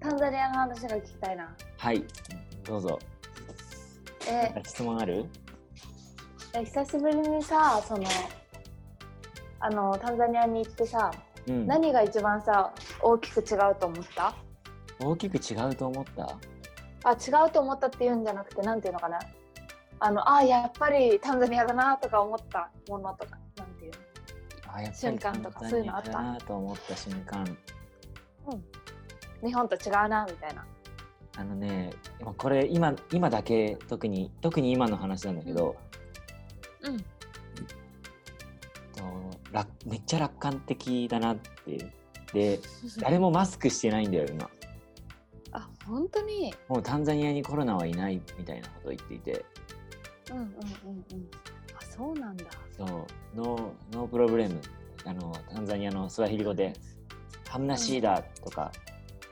タンザニアの話が聞きたいな。はい、どうぞ。なえんか質問あるえ久しぶりにさそのあのタンザニアに行ってさ、うん。何が一番さ大きく違うと思った大きく違うと思ったあ違うと思ったっていうんじゃなくてなんていうのかなあのあやっぱりタンザニアだなとか思ったものとかなんていうのあやっぱ瞬り間とかそういうのあった簡単にやなと思った瞬間。日本と違うなみたいな。あのね、まあこれ今今だけ特に特に今の話なんだけど、うんと楽めっちゃ楽観的だなって。で、誰もマスクしてないんだよ今。あ本当にもうタンザニアにコロナはいないみたいなことを言っていて、うんうんうんうんあそうなんだ。そう、ノーノープロブレムあのタンザニアのスワヒリ語でハムナシーダとか、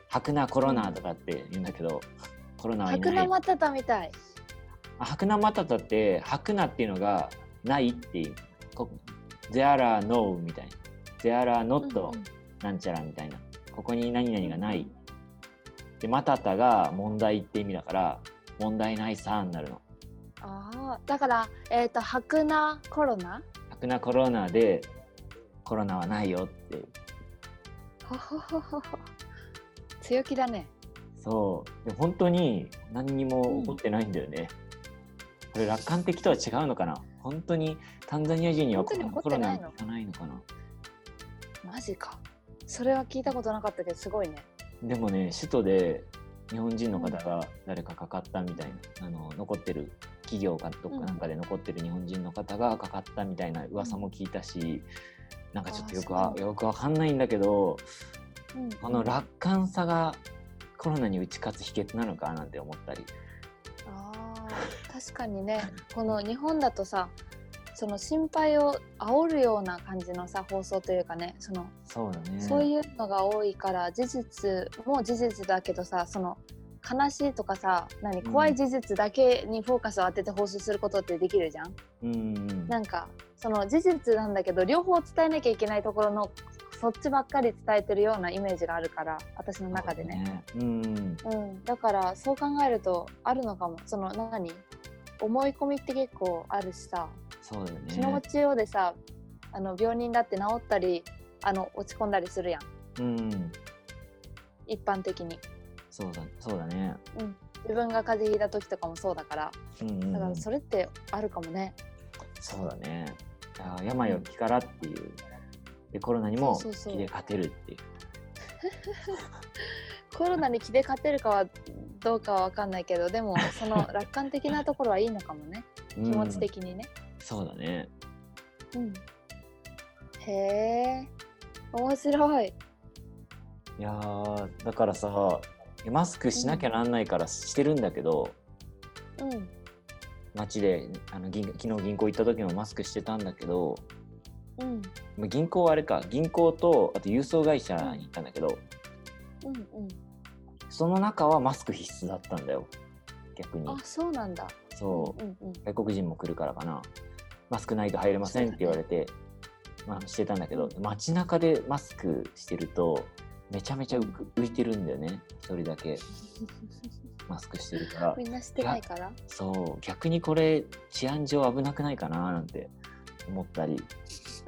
ハクナコロナとかって言うんだけど、コロナはいない。白生タタみたい。あ白ナマタタって白ナっていうのがないっていうこ There are no みたいな There are う not んうんなんちゃらみたいなここに何々がないでマタタが問題って意味だから問題ないさになるのああだからえっ、と白なコロナ白ナコロナでコロナはないよっていうほほほほほ強気だねそうで本当に何にも起こってないんだよね、これ楽観的とは違うのかな本当にタンザニア人には本当に起こっコロてナないいのかないのかなマジかそれは聞いたことなかったけどすごいねでもね、首都で日本人の方が誰かかかったみたいな、あの残ってる企業かどっかなんかで残ってる日本人の方がかかったみたいな噂も聞いたし、なんかちょっとよくあーわそうよくわかんないんだけど、うんこの楽観さがコロナに打ち勝つ秘訣なのかなんて思ったり、あー確かにねこの日本だとさその心配を煽るような感じのさ放送というかねその、そうだね。そういうのが多いから事実も事実だけどさその悲しいとかさ何うん怖い事実だけにフォーカスを当てて放送することってできるじゃん、うんうん、なんかその事実なんだけど両方伝えなきゃいけないところのそっちばっかり伝えてるようなイメージがあるから私の中でねそうだね。うん、うん、だからそう考えるとあるのかもその何思い込みって結構あるしさそうだよ気のね。持ちようでさ、あの病人だって治ったりあの落ち込んだりするやんうん、一般的にそうだ、そうだね。自分が風邪ひいた時とかもそうだからうんうんうんだからそれってあるかもね、そうだね。あー病を気からっていう。で、コロナにもそうそうそう気で勝てるっていう。コロナに気で勝てるかはどうかは分かんないけど でもその楽観的なところはいいのかもねう気ん持ち的にね。そうだね。うん、へえ面白い。いやーだからさ、マスクしなきゃなんないからしてるんだけど、うん街であの銀昨日銀行行った時もマスクしてたんだけど、うんまあ銀行はあれか、銀行とあと郵送会社に行ったんだけど、うんうん。その中はマスク必須だったんだよ。逆にあ。そうなんだ。そう。うんうん外国人も来るからかなマスクないと入れませんって言われて、まあ、してたんだけど街中でマスクしてるとめちゃめちゃ浮く浮いてるんだよね一人 だけマスクしてるからみんなしてないから。そう逆にこれ治安上危なくないかななんて思ったり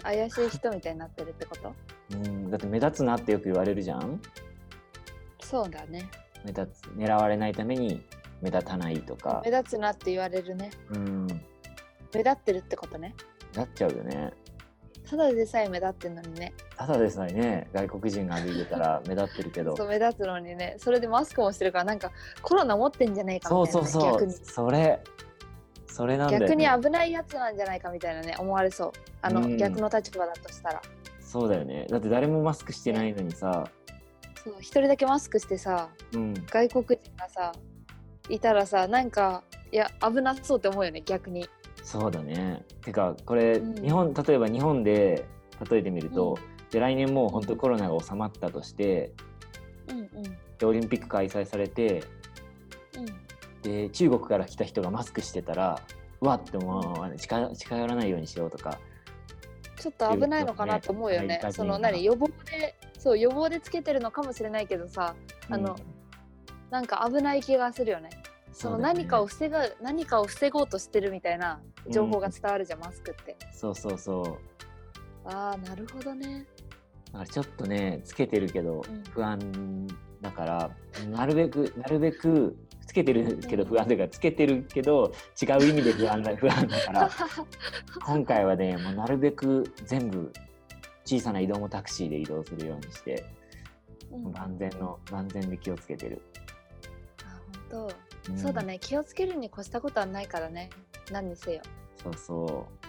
怪しい人みたいになってるってことうんだって目立つなってよく言われるじゃんそうだね。目立つ狙われないために目立たないとか目立つなって言われるね。うん目目立ってるってことね。立っちゃうよねただでさえ目立ってるのにね。ただでさえね外国人が歩いてたら目立ってるけ どそう目立つのにね。それでマスクもしてるからなんかコロナ持ってんじゃないかそみうたいな、ね。そうそう逆に。それそれなんだよ、ね、逆に危ないやつなんじゃないかみたいなね思われそうあの、うん逆の立場だとしたらそうだよねだって誰もマスクしてないのにさ、そう一人だけマスクしてさうん、外国人がさいたらさなんかいや危なそうって思うよね逆にそうだねてかこれ、うん日本例えば日本で例えてみると、で来年もう本当コロナが収まったとしてうんうんでオリンピック開催されてで中国から来た人がマスクしてたらうわって思わない近近寄らないようにしようとかちょっと危ないのかなと思うよっていうねことねその外人が何予防でそう予防でつけてるのかもしれないけどさあのうんなんか危ない気がするよねそのうだよね何かを防ぐ、何かを防ごうとしてるみたいな情報が伝わるじゃん、マスクってそうそうそうああなるほどねだからちょっとねつけてるけどうん不安だから、なるべくなるべくつけてるけど不安というかつけてるけど違う意味で不安 だ不安だから今回はねもうなるべく全部小さな移動もタクシーで移動するようにしてうん万全の万全で気をつけてる、あ本当、んそうだね気をつけるに越したことはないからね何にせよそうそう